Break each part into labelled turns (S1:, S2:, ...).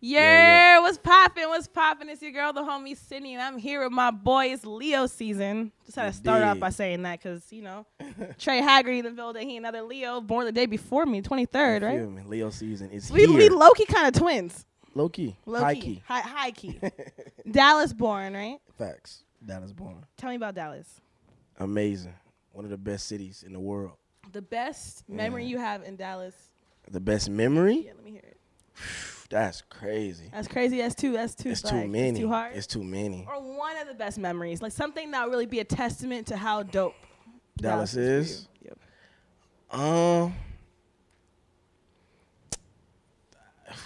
S1: Yeah, what's popping? What's popping? It's your girl, the homie Sydney, and I'm here with my boy. It's Leo season. Just had to start off
S2: Indeed.
S1: by saying that because you know Trey Haggerty in the building. He another Leo, born the day before me, 23rd,
S2: You
S1: right?
S2: feel me? Leo season is
S1: We
S2: here.
S1: we low key kind of twins.
S2: low key,
S1: Low
S2: high
S1: key,
S2: key.
S1: Hi, high key. Dallas born, right?
S2: Facts. Dallas born.
S1: Tell me about Dallas.
S2: Amazing. One of the best cities in the world.
S1: The best memory you have in Dallas.
S2: The best memory.
S1: Yeah, let me hear it.
S2: That's crazy.
S1: That's crazy. That's too. That's too.
S2: It's
S1: like,
S2: too many.
S1: It's too hard.
S2: many.
S1: or one of the best memories, like something that would really be a testament to how dope
S2: Dallas
S1: for
S2: is.
S1: you. Yep.
S2: Um.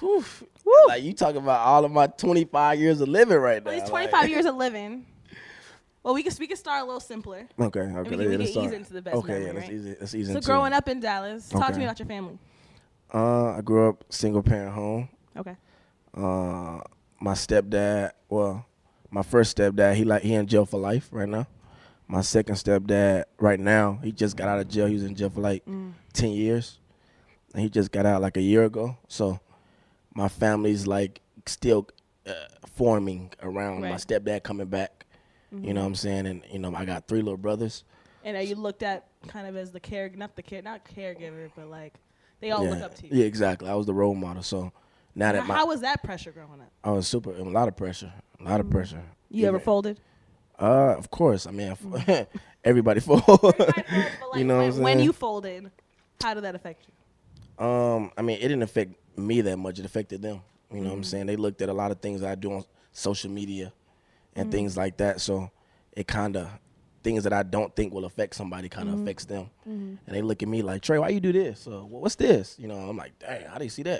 S2: whew,
S1: Woo.
S2: Like you talking about all of my 25 years of living right now.
S1: Well, these
S2: like-
S1: 25 years of living. Well, we can we can start a little simpler.
S2: Okay, okay.
S1: we can-
S2: yeah,
S1: we
S2: let's
S1: can ease
S2: start.
S1: into the best
S2: Okay,
S1: memory,
S2: yeah, let's
S1: right?
S2: ease, it- let's ease
S1: so
S2: into
S1: growing
S2: it.
S1: up in Dallas, talk to
S2: Okay.
S1: me about your family.
S2: Uh, I grew up single parent home.
S1: Okay.
S2: Uh, my stepdad, well, my first stepdad, he like he in jail for life right now. My second stepdad, right now, he just got out of jail. He was in jail for like
S1: Mm.
S2: ten years, and he just got out like a year ago. So, my family's like still uh, forming around my
S1: Right. Mm-hmm.
S2: stepdad coming back. You know what I'm saying? And you know, I got three little brothers.
S1: And are you looked at kind of as the care, not the care, not caregiver, but like they all
S2: yeah.
S1: look up to you.
S2: Yeah, exactly. I was the role model. So
S1: Now,
S2: now that my
S1: how was that pressure growing up?
S2: I was super a lot of pressure, a lot of pressure.
S1: Mm. You ever
S2: Even-
S1: folded?
S2: Uh, of course. I mean, I- everybody full. you know what I'm
S1: when, when
S2: saying?
S1: you folded, how did that affect you?
S2: um, I mean, it didn't affect me that much. It affected them. You know what I'm saying? They looked at a lot of things I do on social media and things like that. So it kind of things that I don't think will affect somebody kind of affects them. And they look at me like Trey, why you do this? Or "Wha- what's this? You know, I'm like, dang, how do you see that?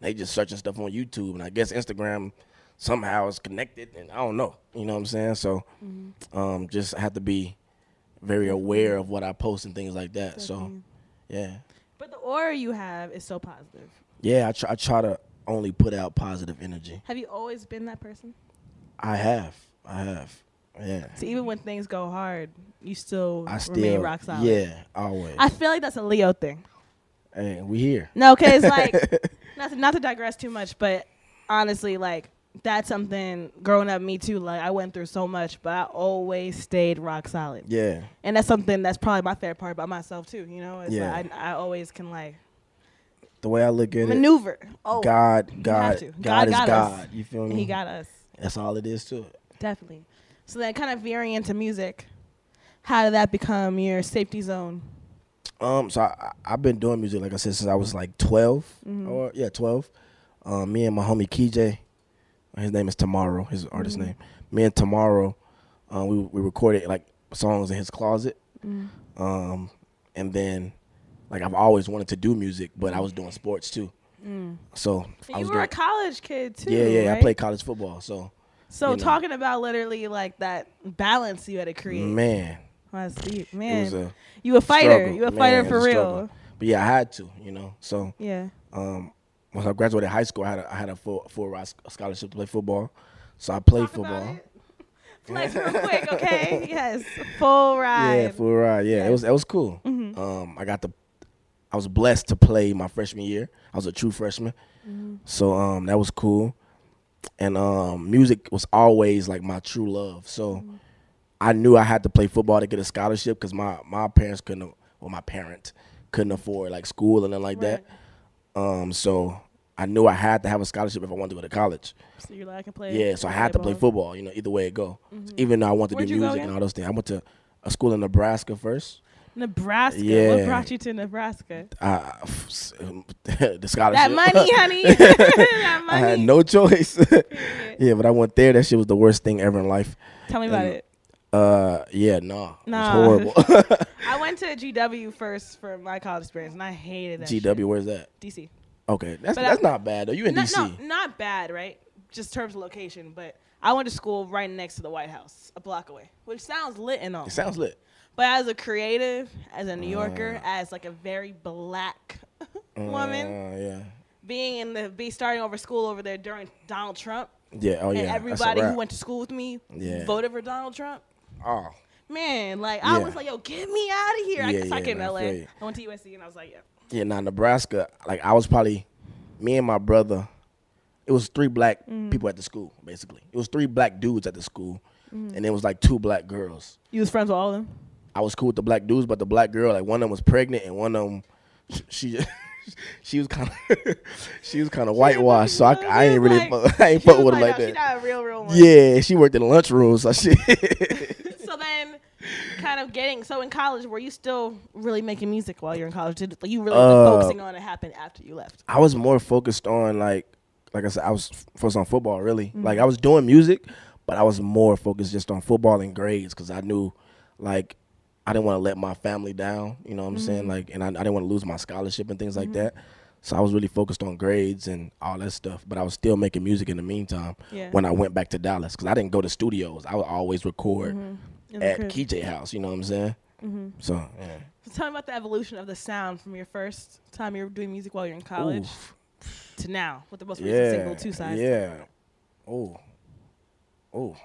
S2: And they just searching stuff on YouTube, and I guess Instagram somehow is connected, and I don't know. You know what I'm saying? So, um, just have to be very aware of what I post and things like that. So, yeah.
S1: But the aura you have is so positive.
S2: Yeah, I try, I try to only put out positive energy.
S1: Have you always been that person?
S2: I have. I have. Yeah.
S1: So even when things go hard, you still,
S2: I still.
S1: remain rock solid.
S2: Yeah, always.
S1: I feel like that's a Leo thing.
S2: hey, we here.
S1: No, because like not to, not to digress too much, but honestly, like that's something growing up, me too. Like I went through so much, but I always stayed rock solid,
S2: Yeah.
S1: and that's something that's probably my favorite part about myself too. You know, it's
S2: Yeah.
S1: like I, I always can like
S2: The way I look at it,
S1: maneuver. Oh,
S2: God,
S1: have
S2: God,
S1: to.
S2: God,
S1: God
S2: is
S1: got us.
S2: God. You feel
S1: and
S2: me?
S1: he got us
S2: That's all it is to it.
S1: definitely. So then, kind of veering into music, how did that become your safety zone?
S2: Um, so I, I, I've been doing music, like I said, since I was like 12
S1: Mm-hmm.
S2: or yeah, 12. Um, me and my homie KJ, his name is Tomorrow, his artist
S1: Mm-hmm.
S2: name. Me and Tomorrow, um, we we recorded like songs in his closet.
S1: Mm-hmm.
S2: Um, and then like I've always wanted to do music, but I was doing sports too. So I
S1: Mm. you
S2: was
S1: were
S2: doing,
S1: a college kid too.
S2: yeah, yeah. I
S1: right?
S2: played college football, so
S1: So
S2: you know.
S1: talking about literally like that balance you had to create.
S2: man,
S1: That's deep,
S2: it
S1: man.
S2: was a
S1: you a fighter.
S2: struggle.
S1: You a
S2: Man,
S1: fighter
S2: it
S1: for
S2: was a
S1: real.
S2: struggle. But yeah, I had to, you know. So
S1: Yeah.
S2: um, once I graduated high school, I had a, I had a full full ride sc- scholarship to play football, so I played
S1: Talk about
S2: football.
S1: it. Flex real quick, okay? Yes. Full ride.
S2: Yeah, full ride. Yeah, it was it was cool.
S1: Mm-hmm.
S2: Um, I got the, I was blessed to play my freshman year. I was a true freshman,
S1: Mm-hmm.
S2: so um, that was cool. And um, music was always like my true love. So
S1: Mm-hmm.
S2: I knew I had to play football to get a scholarship because my my parents couldn't, a- well, my parent couldn't afford like school and then like that. Um, so I knew I had to have a scholarship if I wanted to go to college.
S1: so you're like, I can play.
S2: Yeah, so I had to play football. You know, either way it go. Even though I wanted to
S1: Mm-hmm. Where'd
S2: do
S1: you go
S2: music and
S1: again?
S2: all those things, I went to a school in Nebraska first.
S1: Nebraska. What
S2: Yeah.
S1: brought you to Nebraska?
S2: I, the
S1: That
S2: scholarship.
S1: money, honey. that
S2: I had
S1: money.
S2: no choice. yeah, but I went there. That shit was the worst thing ever in life.
S1: Tell me about
S2: and-
S1: it.
S2: Uh, yeah, nah,
S1: Nah.
S2: it was horrible.
S1: I went to GW first for my college experience, and I hated that. shit.
S2: GW, where's that?
S1: DC.
S2: Okay, that's
S1: But I-
S2: that's not bad though. You in
S1: No,
S2: DC?
S1: no, not bad, right? Just terms of location, but I went to school right next to the White House, a block away, which sounds lit and all.
S2: It sounds lit.
S1: But as a creative, as a New Yorker, as like a very black woman,
S2: Uh. Uh, yeah.
S1: being in the be starting over school over there during Donald Trump,
S2: Yeah. Oh yeah.
S1: and
S2: that's a
S1: everybody who
S2: wrap.
S1: went to school with me
S2: Yeah.
S1: voted for Donald Trump.
S2: Oh.
S1: Man, like I
S2: Yeah.
S1: was like, yo, get me out of here! I,
S2: Yeah,
S1: so I
S2: yeah,
S1: came
S2: nah, I
S1: to LA.
S2: feel you.
S1: I went to USC, and I was like, yeah,
S2: Yeah, now Nebraska, like I was probably me and my brother. it was three black people at the school basically. It was three black dudes at the school, and it was like two black girls.
S1: You was friends with all of them.
S2: I was cool with the black dudes, but the black girl, like one of them was pregnant, and one of them, sh- she, she was kind of, she was kind of whitewashed. So I, I ain't really, fuck- I ain't fuck with her like
S1: She's
S2: that.
S1: not a real, real one.
S2: Yeah, she worked in lunchrooms, so she.
S1: So then, kind of getting so in college, were you still really making music while you're in college? Did like, you really were
S2: Uh,
S1: focusing on it happened after you left?
S2: I was more focused on like, like I said, I was f- focused on football really.
S1: Mm-hmm.
S2: Like I was doing music, but I was more focused just on football and grades because I knew, like, I didn't want to let my family down. You know what I'm saying?
S1: Mm-hmm.
S2: Like, and I, I didn't want to lose my scholarship and things like that. So I was really focused on grades and all that stuff, but I was still making music in the meantime
S1: Yeah.
S2: when I went back to Dallas because I didn't go to studios. I would always record
S1: Mm-hmm. In the
S2: at
S1: crib.
S2: KJ House. You know what I'm saying?
S1: Mm-hmm.
S2: So yeah.
S1: So tell me about the evolution of the sound from your first time you were doing music while you're in college
S2: Oof.
S1: to now with the most recent
S2: yeah,
S1: single, Two Sides.
S2: yeah. Oh, oh.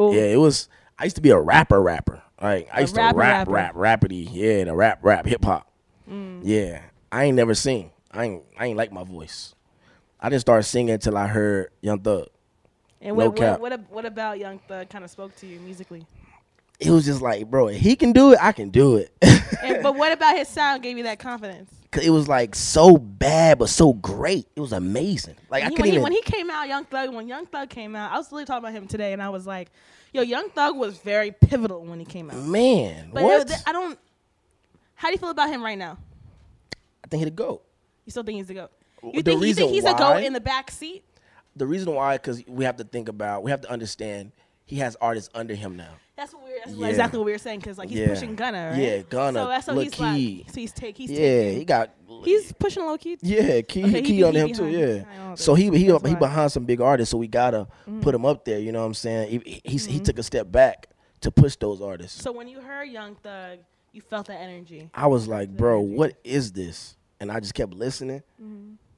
S1: Ooh.
S2: Yeah, it was. I used to be a rapper, rapper. Like I
S1: A
S2: used to rap,
S1: rapper,
S2: rap,
S1: rapper. Mm.
S2: rappity. Yeah, the rap, rap, hip hop. Yeah, I ain't never sing. I ain't, I ain't like my voice. I didn't start singing until I heard Young Thug.
S1: And
S2: no
S1: what, what,
S2: cap.
S1: what, ab- what about Young Thug kind of spoke to you musically?
S2: It was just like, bro, if he can do it, I can do it.
S1: And, but what about his sound gave you that confidence?
S2: 'Cause it was like so bad, but so great. It was amazing. Like I
S1: He-
S2: couldn't
S1: when, he,
S2: even.
S1: when he came out, Young Thug, when Young Thug came out, I was literally talking about him today, and I was like, "Yo, Young Thug was very pivotal when he came out."
S2: man,
S1: But
S2: what?
S1: it was- I don't. How do you feel about him right now?
S2: I think he'd go.
S1: You still think he's a goat? You
S2: The
S1: think, you
S2: reason
S1: think he's a
S2: why-
S1: goat in the back seat?
S2: The reason why, because we have to think about, we have to understand, he has artists under him now.
S1: That's what we're that's
S2: Yeah.
S1: exactly what we were saying because like he's
S2: Yeah.
S1: pushing Gunna, right?
S2: Yeah, Gunna,
S1: So that's so
S2: Lil
S1: he's like,
S2: Keed.
S1: so he's take, he's
S2: Yeah,
S1: taking-
S2: he got.
S1: he's pushing low key.
S2: Yeah, key
S1: Okay, he
S2: key
S1: be-
S2: on
S1: he
S2: him too.
S1: behind-
S2: Yeah.
S1: behind all
S2: So he he
S1: That's
S2: he
S1: why. Mm-hmm.
S2: behind some big artists. So we gotta put him up there. You know what I'm saying? He he, he took a step back to push those artists.
S1: So when you heard Young Thug, you felt that energy.
S2: I was like, bro, what is this? And I just kept listening.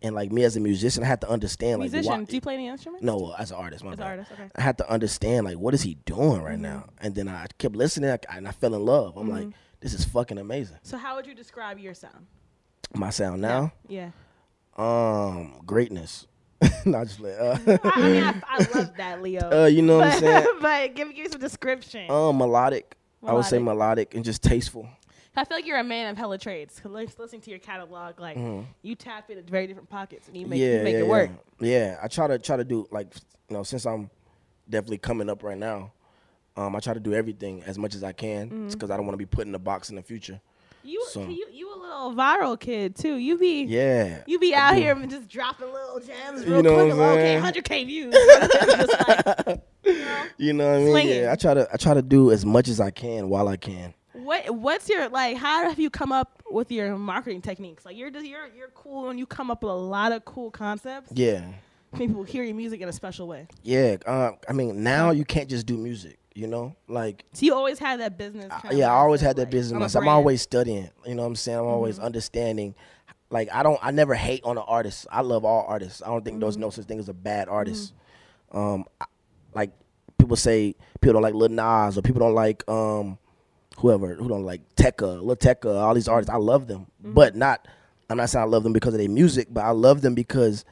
S2: And like me as a musician, I had to understand like
S1: Mm-hmm. Musician,
S2: why.
S1: do you play any instrument?
S2: no, as an artist, my
S1: As an
S2: bad.
S1: artist, okay. Mm-hmm.
S2: I had to understand like what is he doing right now? And then I kept listening I- and I fell in love. I'm like, this is fucking amazing.
S1: So how would you describe your sound?
S2: My sound now,
S1: Yeah.
S2: um, greatness. Not just like, uh,
S1: I, I mean, I, I love that, Leo.
S2: uh, you know what I'm saying?
S1: but give you some description.
S2: Um, melodic. I would say melodic and just tasteful.
S1: I feel like you're a man of hella trades. 'cause lis- listening to your catalog, like you tap into very different pockets and you make,
S2: Mm-hmm. yeah,
S1: you make
S2: yeah,
S1: it
S2: yeah.
S1: work.
S2: Yeah, I try to try to do like you know since I'm definitely coming up right now, um, I try to do everything as much as I
S1: Mm-hmm.
S2: can because I don't want to be put in a box in the future.
S1: You,
S2: So-
S1: you, you a little viral kid too. You be,
S2: Yeah,
S1: you be out here and just dropping little gems real
S2: know what
S1: quick.
S2: I'm
S1: like, Okay, 100k
S2: saying?
S1: views. Just like,
S2: you know what I mean.
S1: Slinging.
S2: Yeah, I try to I try to do as much as I can while I can.
S1: what, what's your like? How have you come up with your marketing techniques? Like you're just you're you're cool and you come up with a lot of cool concepts.
S2: Yeah,
S1: People hear your music in a special way.
S2: yeah. Uh, I mean now you can't just do music. You know, like
S1: So you always had that business.
S2: I-
S1: kinda
S2: yeah, I always
S1: mindset,
S2: had that
S1: like, Mm-hmm.
S2: business
S1: I'm a
S2: mindset. I'm
S1: brand.
S2: always studying. You know what I'm saying? I'm always understanding. Like I don't, I never hate on an artist. I love all artists. I don't think
S1: Mm-hmm.
S2: there's no such thing as a bad artist. Um, I- like people say, people don't like Lil Nas or people don't like um, whoever who don't like Tekka, Lil Tekka, all these artists. I love them,
S1: Mm-hmm.
S2: but not. I'm not saying I love them because of their music, but I love them because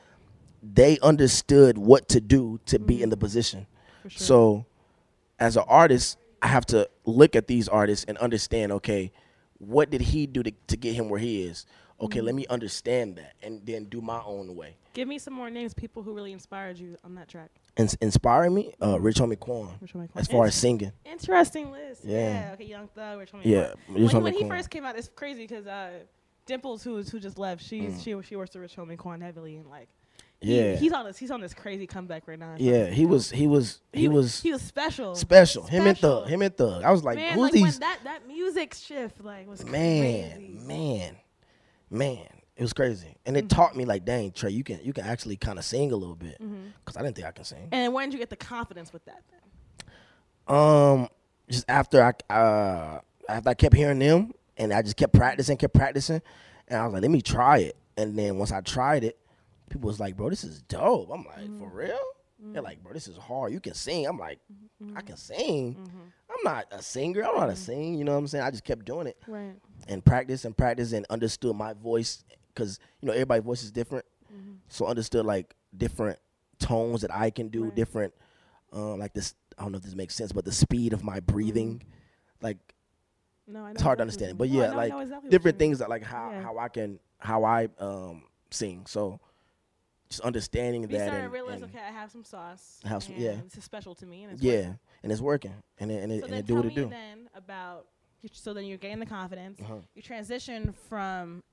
S2: they understood what to do to
S1: Mm-hmm.
S2: be in the position. So, as an artist, I have to look at these artists and understand. Okay, what did he do to, to get him where he is? Okay,
S1: Mm-hmm.
S2: let me understand that and then do my own way.
S1: Give me some more names, people who really inspired you on that track.
S2: Ins- inspiring me, uh, Rich Homie Quan.
S1: Mm-hmm. Rich Homie Quan.
S2: As far as singing,
S1: Interesting list. Yeah.
S2: Yeah.
S1: Okay, Young Thug, Rich Homie.
S2: Yeah,
S1: Quan.
S2: Rich
S1: when,
S2: Homie
S1: when he
S2: Quan.
S1: first came out, it's crazy because uh, Dimples, who's who just left, she's she she works with Rich Homie Quan heavily and like. he-
S2: Mm. Yeah.
S1: he's on this. He's on this crazy comeback right now.
S2: yeah, he was, he was, he was
S1: He was special.
S2: special. Him and
S1: Special.
S2: Thug, him and Thug. I was like,
S1: man,
S2: who's
S1: like when
S2: these?
S1: that that music shift like was
S2: man,
S1: crazy. Mm-hmm.
S2: man, man. It was crazy, and it taught me like, dang, Trey, you can you can actually kind of sing a little bit,
S1: Mm-hmm.
S2: because I didn't think I can sing.
S1: And when did you get the confidence with that? Then?
S2: Um, just after I uh after I kept hearing them, and I just kept practicing, kept practicing, and I was like, let me try it. And then once I tried it, people was like, bro, this is dope. I'm like, for real? They're like, bro, this is hard. You can sing. I'm like, I can sing. I'm not a singer. I'm not a sing. You know what I'm saying? I just kept doing it
S1: Right.
S2: and practice and practice and understood
S1: Mm-hmm.
S2: my voice because you know everybody's voice is different. So understood like different tones that I can do, different, uh, like this. I don't know if this makes sense, but the speed of my breathing,
S1: Mm-hmm.
S2: like
S1: No, I know
S2: it's hard to
S1: exactly
S2: understand.
S1: what
S2: But
S1: you mean.
S2: yeah,
S1: No, I know- I
S2: like
S1: know exactly what
S2: different
S1: you mean.
S2: things that like how
S1: Yeah.
S2: how I can how I um sing. So just understanding
S1: You
S2: that
S1: started to
S2: and-
S1: realize,
S2: and
S1: okay, I have some sauce.
S2: I have some- yeah.
S1: and It's special to me, and it's
S2: yeah,
S1: working.
S2: and it's working, and it, and it,
S1: So
S2: and
S1: then
S2: it
S1: tell
S2: do what
S1: me
S2: it do.
S1: then about so then you're gaining the confidence.
S2: Uh-huh.
S1: You transition from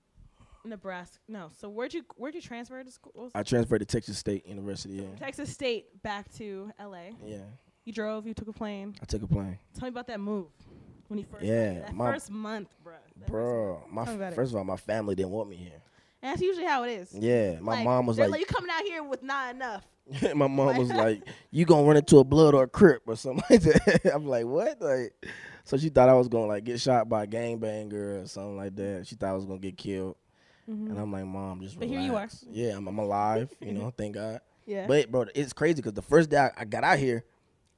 S1: Nebraska. No, so where'd you where'd you transfer to school? What was
S2: I
S1: it?
S2: transferred to Texas State University. Yeah,
S1: Texas State back to LA.
S2: yeah.
S1: You drove. You took a plane.
S2: I took a plane,
S1: Tell me about that move when you first. got
S2: Yeah,
S1: here. that
S2: my-
S1: first month, bruh. That first month.
S2: bro. My
S1: Tell me about it.
S2: first of all, my family didn't want me here.
S1: And that's usually how it is.
S2: Yeah, my
S1: Like,
S2: mom was
S1: they're
S2: like,
S1: "You coming out here with not enough."
S2: my mom was like, "You gonna run into a blood or a crip or something like that." I'm like, "What?" Like, so she thought I was gonna like get shot by a gangbanger or something like that. She thought I was gonna get killed, and I'm like, "Mom, just
S1: Mm-hmm. But here you are.
S2: relax." Yeah, I'm, I'm alive. You know, thank God.
S1: Yeah.
S2: But bro, it's crazy because the first day I, I got out here,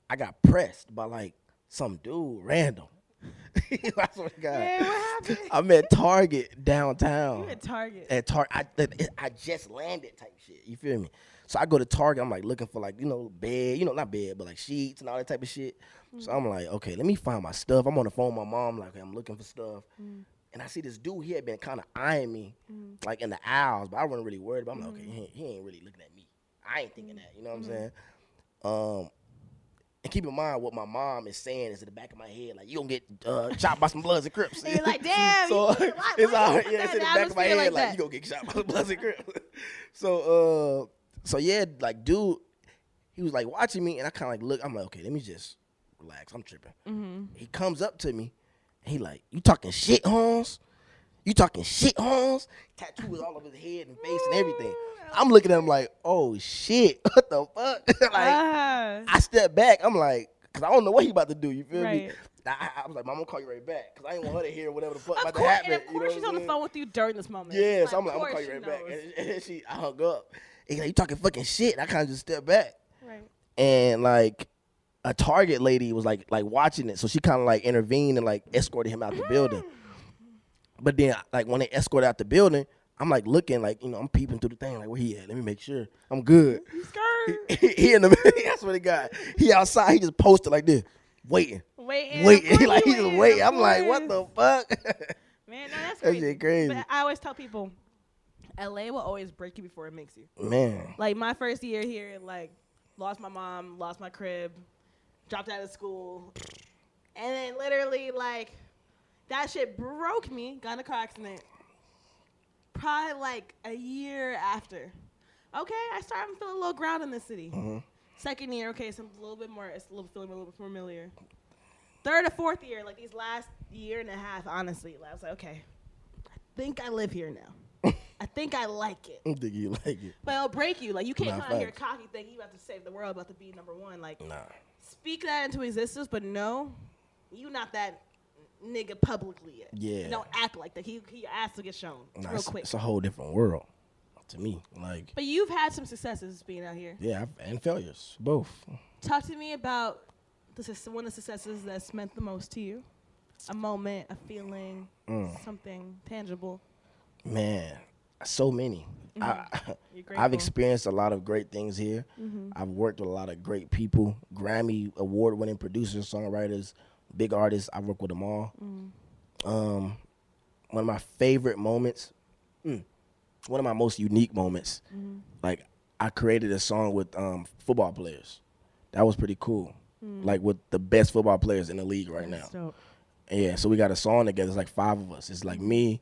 S2: I got pressed by like some dude random. I swear to God.
S1: Yeah, what happened?
S2: I'm at Target downtown
S1: You at Target.
S2: at Target. I, that- it- I just landed type shit. You feel me? So I go to Target. I'm like looking for like you know bed, you know not bed, but like sheets and all that type of shit. So I'm like, okay, let me find my stuff. I'm on the phone with my mom like I'm looking for stuff, and I see this dude. He had been kind of eyeing me like in the aisles, but I wasn't really worried. But I'm like,
S1: Mm-hmm.
S2: okay, he ain't, he ain't really looking at me. I ain't thinking that. You know what I'm saying? Um, and keep in mind what my mom is saying is in the back of my head, like you gonna get uh, chopped by some bloods and crips.
S1: And you're like, damn,
S2: so
S1: you did it. Why-
S2: it's
S1: why you
S2: all yeah,
S1: put that
S2: it's in the
S1: in
S2: back of my
S1: atmosphere
S2: head, like,
S1: like that?
S2: you gonna get shot by some bloods and crips. so, uh, so yeah, like dude, he was like watching me, and I kind of like look. I'm like, okay, let me just relax. I'm tripping. He comes up to me, and he like, you talking shit, Holmes? You talking shit, Holmes? Tattoos all over his head and face and everything. I'm looking at him like, oh shit, what the fuck? like.
S1: Ah.
S2: I step back. I'm like, cause I don't know what he about to do. You feel me?
S1: Right.
S2: I, I- I was like, Mom, I'm gonna call you right back, cause I didn't want her to hear whatever the fuck
S1: Of
S2: about
S1: course,
S2: to happen.
S1: and of
S2: you know
S1: course,
S2: what
S1: she's
S2: I'm
S1: on the
S2: saying?
S1: phone with you during this moment.
S2: Yeah,
S1: Like,
S2: so I'm like,
S1: of
S2: I'm gonna call
S1: course
S2: you right
S1: she
S2: back.
S1: knows.
S2: And, and she, I hung up. And like, you talking fucking shit. And I kind of just stepped back,
S1: Right.
S2: and like, a Target lady was like, like watching it, so she kind of like intervened and like escorted him out the building.
S1: Mm.
S2: But then, like when they escorted out the building, I'm like looking, like you know, I'm peeping through the thing, like where he at? Let me make sure I'm good.
S1: You scared?
S2: he in the I swear to God, he outside. He just posted like this, waiting,
S1: Waiting.
S2: waiting. like
S1: he
S2: he just waiting. I'm like, what the fuck?
S1: Man, no, that's
S2: That
S1: crazy.
S2: shit crazy.
S1: But I always tell people, LA will always break you before it makes you.
S2: Man,
S1: Like my first year here, like lost my mom, lost my crib, dropped out of school, and then literally like that shit broke me. Got in a car accident. Probably like a year after. Okay, I started feeling a little ground in this city. Second year, okay, so I'm a little bit more, it's a little feeling a little bit familiar. Third or fourth year, like these last year and a half, honestly, like, I was like, okay, I think I live here now. I think I like it.
S2: I'm thinking you like it.
S1: But it'll break you. Like you can't
S2: Nah,
S1: come out here
S2: facts.
S1: cocky thinking you have to save the world, about to be number one. Like
S2: Nah,
S1: speak that into existence, but no, you not that nigga publicly yet.
S2: Yeah.
S1: Don't act like that. He he asked to get shown
S2: nah
S1: real
S2: it's,
S1: quick.
S2: it's a whole different world to me. Like,
S1: but you've had some successes being out here.
S2: yeah, I've- and failures, both.
S1: Talk to me about the suc- one of the successes that's meant the most to you. A moment, a feeling,
S2: Mm.
S1: something tangible.
S2: Man, so many. I,
S1: Mm-hmm. You're
S2: I've
S1: grateful. Mm-hmm.
S2: experienced a lot of great things here. I've worked with a lot of great people, Grammy award-winning producers, songwriters, big artists. I work with them all.
S1: Mm-hmm.
S2: Um, one of my favorite moments, mm, one of my most unique moments.
S1: Mm-hmm.
S2: Like I created a song with um, football players. That was pretty cool.
S1: Mm.
S2: Like with the best football players in the league right now.
S1: So
S2: Yeah, so we got a song together. It's like five of us. It's like me.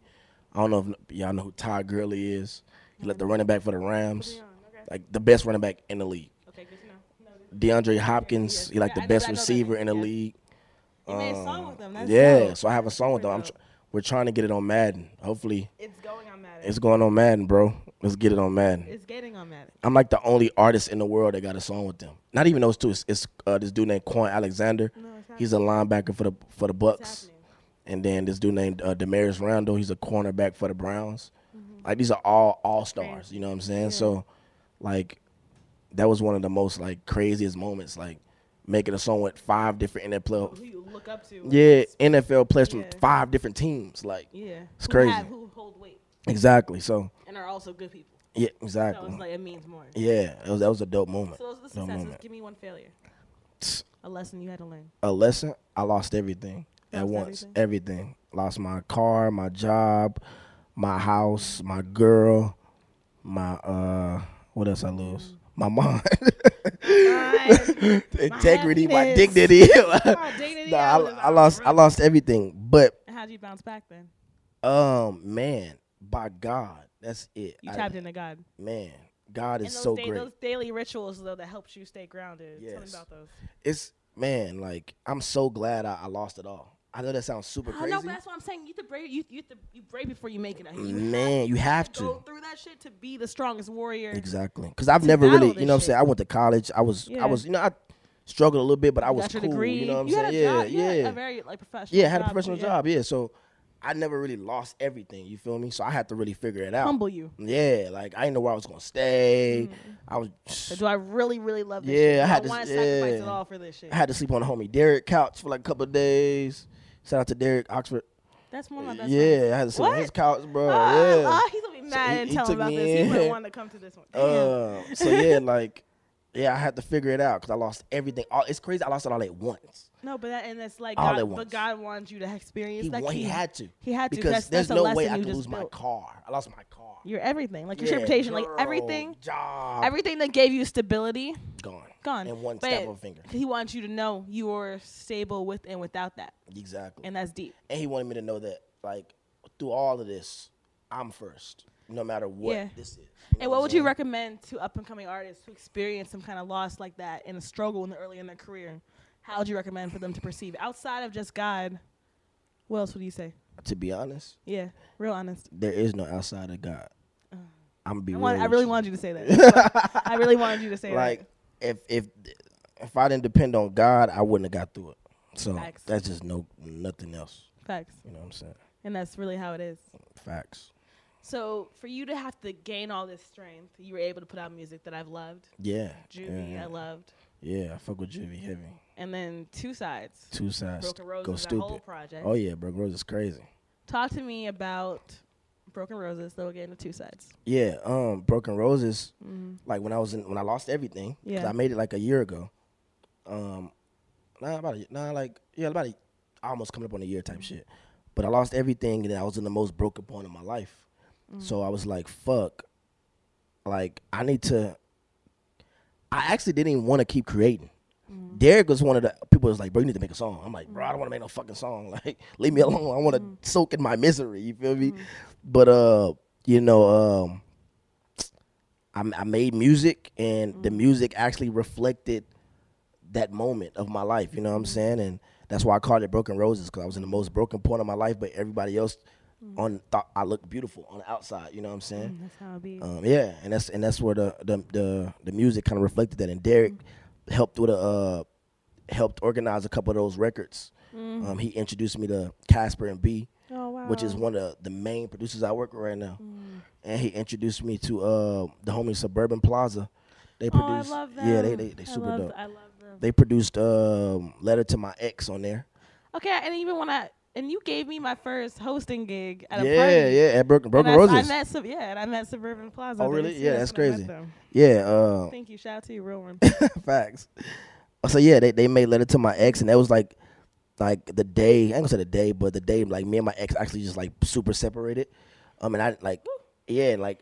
S2: I don't know if y'all know who Ty Gurley is. He left the running back for the Rams. Like the best running back in the league.
S1: okay, good to know. Noted.
S2: DeAndre Hopkins,
S1: Yeah,
S2: he like
S1: I
S2: the
S1: know-
S2: best
S1: I know that
S2: receiver
S1: name,
S2: in the
S1: yeah.
S2: league. Um,
S1: You made a song with them. That's
S2: yeah,
S1: dope.
S2: so I have a song with them. I'm tr-
S1: Dope.
S2: we're trying to get it on Madden. Hopefully,
S1: It's going on Madden.
S2: it's going on Madden, bro. Let's get it on Madden.
S1: it's getting on Madden.
S2: I'm like the only artist in the world that got a song with them. Not even those two. It's, it's uh, this dude named Quan Alexander.
S1: No, it's
S2: He's a linebacker for the for the
S1: It's
S2: Bucks.
S1: happening.
S2: And then this dude named uh, Demarius Randall, he's a cornerback for the Browns.
S1: Mm-hmm.
S2: Like these are all all stars, you know what I'm saying? So, like, that was one of the most like craziest moments, like making a song with five different NFL,
S1: who you look up to.
S2: yeah, NFL players from
S1: Yeah.
S2: five different teams, like
S1: Yeah.
S2: It's
S1: who have-
S2: crazy.
S1: who hold weight
S2: exactly. So
S1: and are also good people.
S2: Yeah,
S1: So
S2: exactly.
S1: it's like it means more.
S2: yeah, it was, that was a dope moment.
S1: So those are the
S2: Dope
S1: successes.
S2: moment.
S1: Give me one failure.
S2: Tss.
S1: A lesson you had to learn.
S2: a lesson, I lost everything at
S1: Lost
S2: once. Everything. Lost my car, my job, my house, my girl, my uh what else I lose? My mom. Integrity, my,
S1: happiness.
S2: dignity.
S1: My dignity,
S2: nah,
S1: I
S2: I,
S1: was-
S2: I lost I lost everything. But
S1: And how'd you bounce back then?
S2: um man, by God, that's it.
S1: You
S2: I-
S1: tapped into God.
S2: man, God
S1: And
S2: is
S1: those,
S2: so
S1: da-
S2: great.
S1: those daily rituals though that helps you stay grounded. Tell me
S2: Yes.
S1: about those.
S2: It's man, like I'm so glad I, I lost it all. I know that sounds super
S1: I
S2: crazy.
S1: know, but that's what I'm saying. You have to brave. You you have to you brave before you make it. You
S2: Man, you have to.
S1: go through that shit to be the strongest warrior.
S2: Exactly. Because I've never
S1: battle
S2: really,
S1: this
S2: you know what I'm
S1: shit.
S2: saying? I went to college. I was,
S1: Yeah.
S2: I was, you know, I struggled a little bit, but I
S1: You
S2: was
S1: got your
S2: cool.
S1: degree.
S2: You know what I'm
S1: had
S2: saying?
S1: a
S2: Yeah,
S1: job. You had
S2: yeah.
S1: a very like professional.
S2: yeah, I had a
S1: job,
S2: professional
S1: yeah.
S2: job. Yeah. So I never really lost everything. You feel me? So I had to really figure it out.
S1: Humble Mm. you.
S2: Yeah. Like, I didn't know where I was going to stay. I
S1: But
S2: was,
S1: do I really, really love this? shit?
S2: Yeah, I
S1: Do
S2: had to-
S1: I want to sacrifice it
S2: yeah.
S1: all for this shit.
S2: I had to sleep on the homie Derek couch for like a couple of days. Shout out to Derek Oxford.
S1: That's one of Oh, my best.
S2: yeah,
S1: friends.
S2: I had to sleep on
S1: What?
S2: his couch, bro.
S1: Oh,
S2: yeah.
S1: oh, he's gonna be mad
S2: he-
S1: and
S2: he
S1: tell him
S2: took
S1: about
S2: me
S1: this. He wouldn't
S2: in.
S1: want to come to this one. ah, Damn.
S2: Uh, so yeah, like, yeah, I had to figure it out because I lost everything. All, it's crazy. I lost it all at once.
S1: no, but that, and it's like,
S2: all
S1: God,
S2: at
S1: but
S2: once.
S1: God wanted you to experience
S2: he,
S1: that.
S2: wa- he
S1: key.
S2: had to.
S1: He had to.
S2: because
S1: That's-
S2: there's
S1: that's a
S2: no
S1: lesson
S2: way I
S1: you
S2: could
S1: just
S2: lose my
S1: built.
S2: car. I lost my car.
S1: Your everything, like your
S2: Yeah,
S1: reputation, like
S2: girl,
S1: everything,
S2: job,
S1: everything that gave you stability,
S2: gone,
S1: gone.
S2: in one
S1: But
S2: snap of a finger.
S1: He wants you to know you are stable with and without that,
S2: Exactly.
S1: and that's deep.
S2: And he wanted me to know that, like, through all of this, I'm first, no matter what
S1: Yeah.
S2: this is. You know
S1: And what
S2: I'm
S1: would you
S2: saying?
S1: recommend to up and coming artists who experience some kind of loss like that and a struggle in the early in their career? How would you recommend for them to perceive outside of just God? What else would you say?
S2: To be honest,
S1: Yeah, real honest.
S2: there is no outside of God. I'm gonna be
S1: Uh, I, want,
S2: real
S1: I
S2: with
S1: really
S2: you.
S1: wanted you to say that. I really wanted you to say
S2: like if if if I didn't depend on God, I wouldn't have got through it. So
S1: Facts.
S2: that's just no nothing else.
S1: that. Facts.
S2: You know what I'm saying?
S1: And that's really how it is.
S2: Facts.
S1: So for you to have to gain all this strength, you were able to put out music that I've loved.
S2: Yeah.
S1: Juvie,
S2: yeah.
S1: I loved.
S2: Yeah, I fuck with Juvie heavy.
S1: And then Two Sides.
S2: Two sides
S1: Broken Roses,
S2: go
S1: that whole
S2: stupid.
S1: project.
S2: Oh yeah, Broken Roses is crazy.
S1: Talk to me about Broken Roses, though, again, the Two Sides.
S2: Yeah, um, Broken Roses. Like when I was in, when I lost everything, 'cause
S1: Mm-hmm. Yeah.
S2: I made it like a year ago. Um, nah, about a, nah, like yeah, about a, almost coming up on a year type
S1: Mm-hmm.
S2: shit. But I lost everything, and I was in the most broken point of my life.
S1: Mm.
S2: So I was like, fuck. Like I need to. I actually didn't even want to keep creating. Derek was one of the people that was like, bro, you need to make a song. I'm like, bro, I don't want to make no fucking song. Like, leave me alone. I want to soak in my misery. You feel me? But uh, you know, um, I, I made music, and the music actually reflected that moment of my life. You know what I'm saying? And that's why I called it Broken Roses because I was in the most broken point of my life. But everybody else on thought I looked beautiful on the outside. You know what I'm saying?
S1: That's how it be.
S2: Um, yeah, and that's and that's where the the the, the music kind of reflected that. And Derek helped with a uh, helped organize a couple of those records. Um, he introduced me to Casper and B,
S1: Mm. oh, Mm. wow.
S2: which is one of the main producers I work with right now. And he introduced me to uh, the homie Suburban Plaza. They
S1: Oh,
S2: produced,
S1: I love that.
S2: yeah, they they, they super
S1: I love,
S2: dope.
S1: I love them.
S2: They produced um, "Letter to My Ex" on there.
S1: okay, and even when I and you gave me my first hosting gig at a
S2: yeah,
S1: party.
S2: yeah, at Broken, Broken
S1: and I- I,
S2: Roses.
S1: met Sub- yeah, and I met Suburban Plaza.
S2: Oh,
S1: there,
S2: really?
S1: too.
S2: Yeah, that's
S1: when I met
S2: crazy.
S1: them.
S2: yeah, uh,
S1: Thank you. Shout out to you, real one.
S2: Facts. So yeah, they, they made letter to my ex, and that was like, like the day. I ain't gonna say the day, but the day like me and my ex actually just like super separated. Um, and I like, yeah, like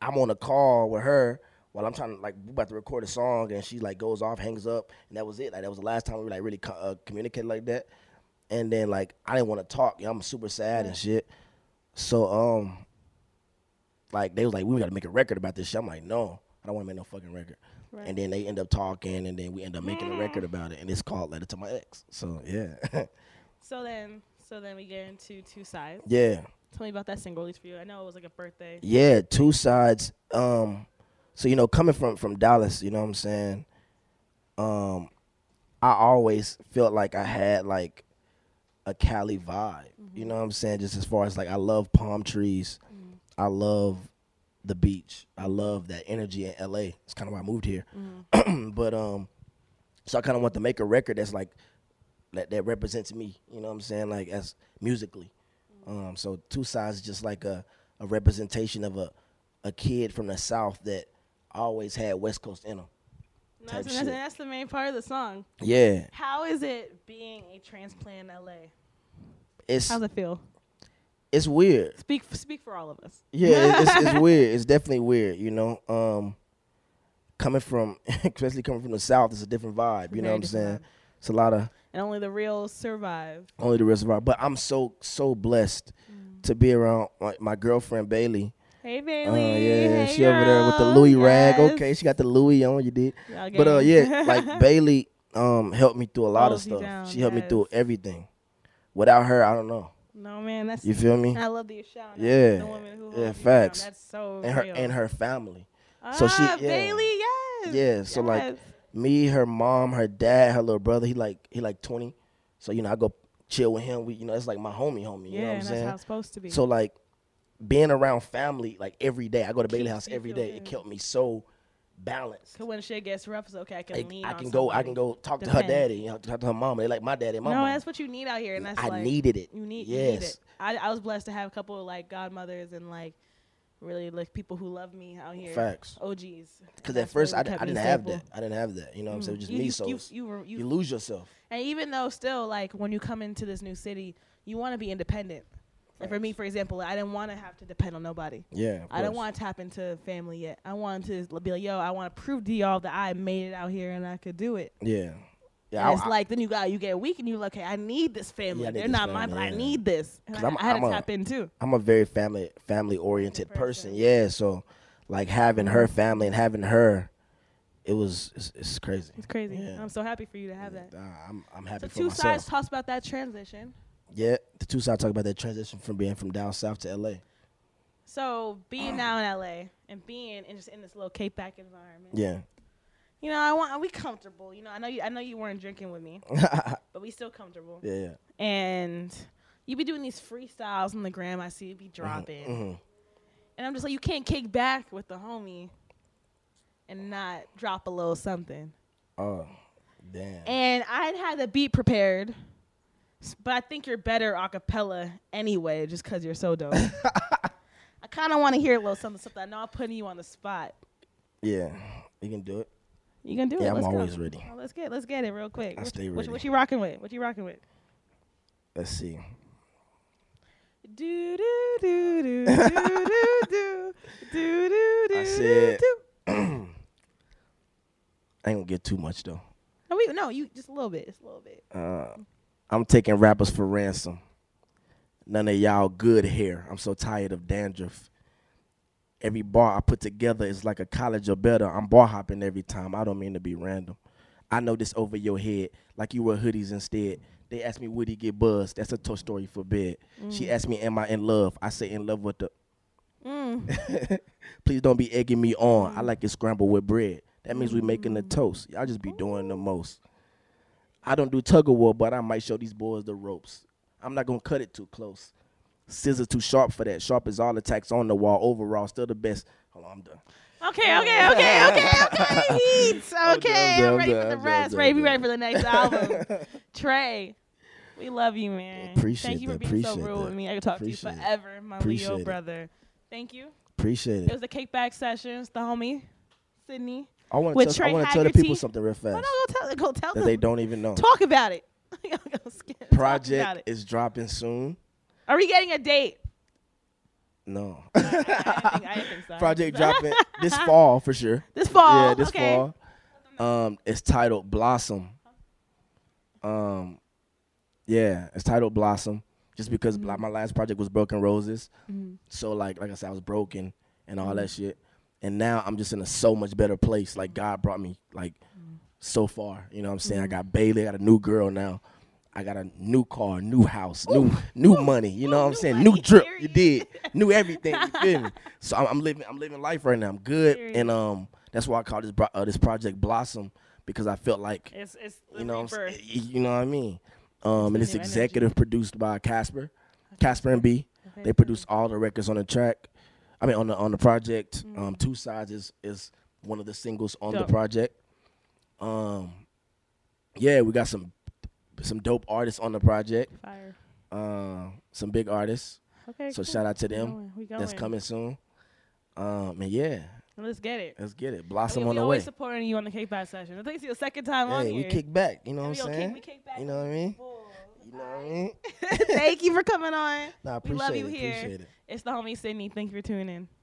S2: I'm on a call with her while I'm trying to like we about to record a song, and she like goes off, hangs up, and that was it. Like that was the last time we like really co- uh, communicated like that. And then like I didn't want to talk. You know, I'm super sad and shit. So um, like they was like, we gotta make a record about this shit. I'm like, no, I don't want to make no fucking record.
S1: Right.
S2: And then they end up talking, and then we end up making a record about it, and it's called "Letter to My Ex." So yeah,
S1: so then, so then we get into two sides.
S2: yeah,
S1: Tell me about that single release for you. I know it was like a birthday.
S2: yeah. Two sides. Um, so you know, coming from from Dallas, you know what I'm saying. Um, I always felt like I had like a Cali vibe. You know what I'm saying? Just as far as like I love palm trees. I love the beach. I love that energy in LA. It's kind of why I moved here. but um so I kind of want to make a record that's like that that represents me, you know what I'm saying? Like as musically. Um so two sides is just like a a representation of a a kid from the South that always had West Coast in him.
S1: No, that's,
S2: type
S1: that's-
S2: shit.
S1: that's the main part of the song.
S2: Yeah,
S1: How is it being a transplant in LA?
S2: it's
S1: How's it feel?
S2: it's weird.
S1: Speak speak for all of us.
S2: Yeah, it- it's, it's weird. It's definitely weird. You know, um, coming from especially coming from the South, it's a different vibe. You know
S1: Very
S2: what I'm
S1: different
S2: saying?
S1: vibe.
S2: It's a lot of
S1: And only the real survive.
S2: only the reservoir. But I'm so so blessed
S1: Mm.
S2: to be around like my girlfriend Bailey.
S1: Hey
S2: Uh,
S1: Bailey.
S2: yeah,
S1: hey,
S2: she over there with the Louis rag. Okay, she got the Louis on. You did, but uh, yeah, like Bailey um helped me through a lot
S1: Holds
S2: of
S1: you
S2: stuff.
S1: down,
S2: she helped me
S1: yes.
S2: through everything. Without her, I don't know.
S1: No man, that's
S2: You feel me?
S1: I love that you shout out
S2: Yeah,
S1: the woman who
S2: yeah,
S1: holds you down.
S2: facts.
S1: That's so
S2: And her
S1: real.
S2: and her family.
S1: ah,
S2: so she- yeah.
S1: Bailey, yes.
S2: Yeah, so, like,
S1: yes.
S2: Me, her mom, her dad, her little brother. He like he like 20, so you know I go chill with him. We you know it's like my homie, homie. You
S1: yeah,
S2: know what I'm
S1: and that's
S2: saying?
S1: how it's supposed to be.
S2: So like being around family like every day. I go to Bailey
S1: Keeps
S2: House
S1: you
S2: every
S1: feel
S2: day. It
S1: good.
S2: kept me so balanced.
S1: 'Cause when shit gets rough, it's okay. I can
S2: Like,
S1: lean.
S2: I
S1: on
S2: can go I
S1: somebody.
S2: can go talk to her
S1: Depend.
S2: daddy, you know, talk to her mama. They like my daddy, and my
S1: no,
S2: mama.
S1: that's what you need out here, and that's
S2: I
S1: like
S2: needed it.
S1: you need. You need
S2: yes.
S1: it. I, I was blessed to have a couple of like godmothers and like really like people who love me out here.
S2: Facts.
S1: OGs. And
S2: Because at
S1: that's
S2: first I,
S1: really
S2: d-
S1: kept
S2: I
S1: me
S2: didn't have
S1: stable. Mm.
S2: that. I didn't have that. You know what I'm saying? It was just
S1: Mm-hmm. You-
S2: me.
S1: you-
S2: so
S1: you-
S2: it's-
S1: you were- you-
S2: you lose yourself.
S1: And even though still like when you come into this new city, you want to be independent. Like for me, for example, I didn't want to have to depend on nobody.
S2: Yeah.
S1: I don't want to tap into family yet. I want to be like, yo, I want to prove to y'all that I made it out here and I could do it.
S2: Yeah. Yeah.
S1: And it's
S2: I,
S1: like then you got you get weak and you're like, okay, I need this family.
S2: Yeah, I need
S1: They're
S2: this
S1: not mine,
S2: family,
S1: but I
S2: yeah.
S1: need this. And
S2: 'Cause
S1: I,
S2: I'm a-
S1: I had
S2: I'm
S1: to
S2: a-
S1: tap in too.
S2: I'm a very family family oriented
S1: Person.
S2: person. Yeah. So like having her family and having her, it was it's, it's crazy.
S1: It's crazy.
S2: Yeah.
S1: I'm so happy for you to have that.
S2: Nah, I'm I'm happy
S1: So
S2: for
S1: two
S2: myself.
S1: sides talks about that transition.
S2: Yeah, the two sides talk about that transition from being from down south to LA.
S1: So being now in LA and being in just in this little Cape back environment.
S2: Yeah.
S1: You know, I want we comfortable. You know, I know you I know you weren't drinking with me,
S2: yeah,
S1: but we still comfortable.
S2: yeah.
S1: And you be doing these freestyles on the gram I see you be dropping.
S2: hmm
S1: And I'm just like, you can't kick back with the homie and not drop a little something.
S2: Oh, damn.
S1: And I'd had the beat prepared, s- but I think you're better a cappella anyway, just because you're so dope. I kind of want to hear a little something, something. I know I'm putting you on the spot.
S2: yeah, you can do it.
S1: You gonna do it?
S2: Yeah, I'm
S1: Let's go.
S2: always ready.
S1: Oh, let's get let's get it real quick.
S2: I
S1: what,
S2: stay
S1: what-
S2: ready.
S1: what you rocking with? What you rocking with?
S2: Let's see.
S1: Do do do do do do do do do do.
S2: I said-
S1: do.
S2: I ain't gonna get too much though.
S1: No, we, no, you just a little bit, just a little bit.
S2: Uh, I'm taking rappers for ransom. None of y'all good hair. I'm so tired of dandruff. Every bar I put together is like a college or better. I'm bar hopping every time. I don't mean to be random. I know this over your head, like you wear hoodies instead. They ask me, would he get buzzed? That's a tough story for bed. She asked me, am I in love? I say, in love with the. Uh.
S1: Mm.
S2: Please don't be egging me on. I like it scrambled with bread. That means we making
S1: Mm.
S2: a toast. Y'all just be doing the most. I don't do tug of war, but I might show these boys the ropes. I'm not gonna cut it too close. Scissors too sharp for that. Sharp as all attacks on the wall. Overall, still the best. Hold on, I'm done.
S1: Okay, okay, okay, okay, okay. Heat. Okay,
S2: done,
S1: I'm
S2: I'm
S1: ready
S2: done,
S1: for the
S2: I'm
S1: rest.
S2: done,
S1: Ready, be
S2: I'm
S1: ready for the next album. Trey, we love you, man.
S2: Appreciate
S1: Thank you for
S2: that,
S1: being so
S2: appreciate
S1: real
S2: that,
S1: with me. I could talk to
S2: appreciate
S1: you
S2: it,
S1: forever, my
S2: appreciate
S1: Leo
S2: it.
S1: brother. Thank you.
S2: Appreciate
S1: It
S2: it.
S1: was the kickback sessions. The homie, Sydney.
S2: I want
S1: with
S2: to tell, I
S1: Trey
S2: wanna tell the people
S1: Haggerty.
S2: something real
S1: Oh
S2: fast
S1: no, go tell, go tell
S2: that they
S1: them.
S2: don't even know.
S1: Talk about it. Y'all go skip. Talk about
S2: Project
S1: it.
S2: is dropping soon.
S1: Are we getting a date?
S2: No,
S1: I didn't think, I didn't think so.
S2: project dropping this fall for sure.
S1: This fall.
S2: Yeah, this
S1: okay.
S2: fall. Um, it's titled Blossom. Um, yeah, it's titled Blossom. Just because like,
S1: Mm-hmm.
S2: my last project was Broken Roses, so like like I said, I was broken and all that
S1: Mm-hmm.
S2: shit, and now I'm just in a so much better place. Like God brought me like
S1: Mm-hmm.
S2: so far. You know what I'm saying? I got Bailey, I got a new girl now. I got a new car, new house, new new money. You know what I'm
S1: new
S2: saying?
S1: money,
S2: New drip. You
S1: period.
S2: did new everything. You feel me? So I'm, I'm living I'm living life right now. I'm good,
S1: Period.
S2: and um that's why I call this bro- uh, this project Blossom because I felt like
S1: It's it's the
S2: you know what I'm
S1: rebirth.
S2: s- y- you know what I mean. Um, and
S1: the
S2: it's
S1: new energy.
S2: executive produced by Casper, Casper and B.
S1: Okay,
S2: They produce all the records on the track. I mean on the on the project. Um, Two Sides is is one of the singles on
S1: Mm-hmm. Dope.
S2: the project. Um, yeah, we got some some dope artists on the project.
S1: Fire.
S2: Um, some big artists.
S1: Okay.
S2: So
S1: cool.
S2: shout out to
S1: We
S2: them.
S1: going, we
S2: That's
S1: going.
S2: coming soon. Um, and yeah,
S1: Let's get it.
S2: let's get it.
S1: I mean,
S2: Blossom
S1: we
S2: on the way.
S1: always supporting you on the kickback session. I think it's your second time on
S2: Hey,
S1: here.
S2: we kick back. You know
S1: And
S2: what I'm
S1: we gonna kick-
S2: saying?
S1: we kick back.
S2: You know what I mean? You know what I mean?
S1: Thank you for coming on.
S2: Nah,
S1: we love
S2: appreciate
S1: you
S2: it,
S1: here.
S2: appreciate it.
S1: It's the homie Sydney. Thank you for tuning in.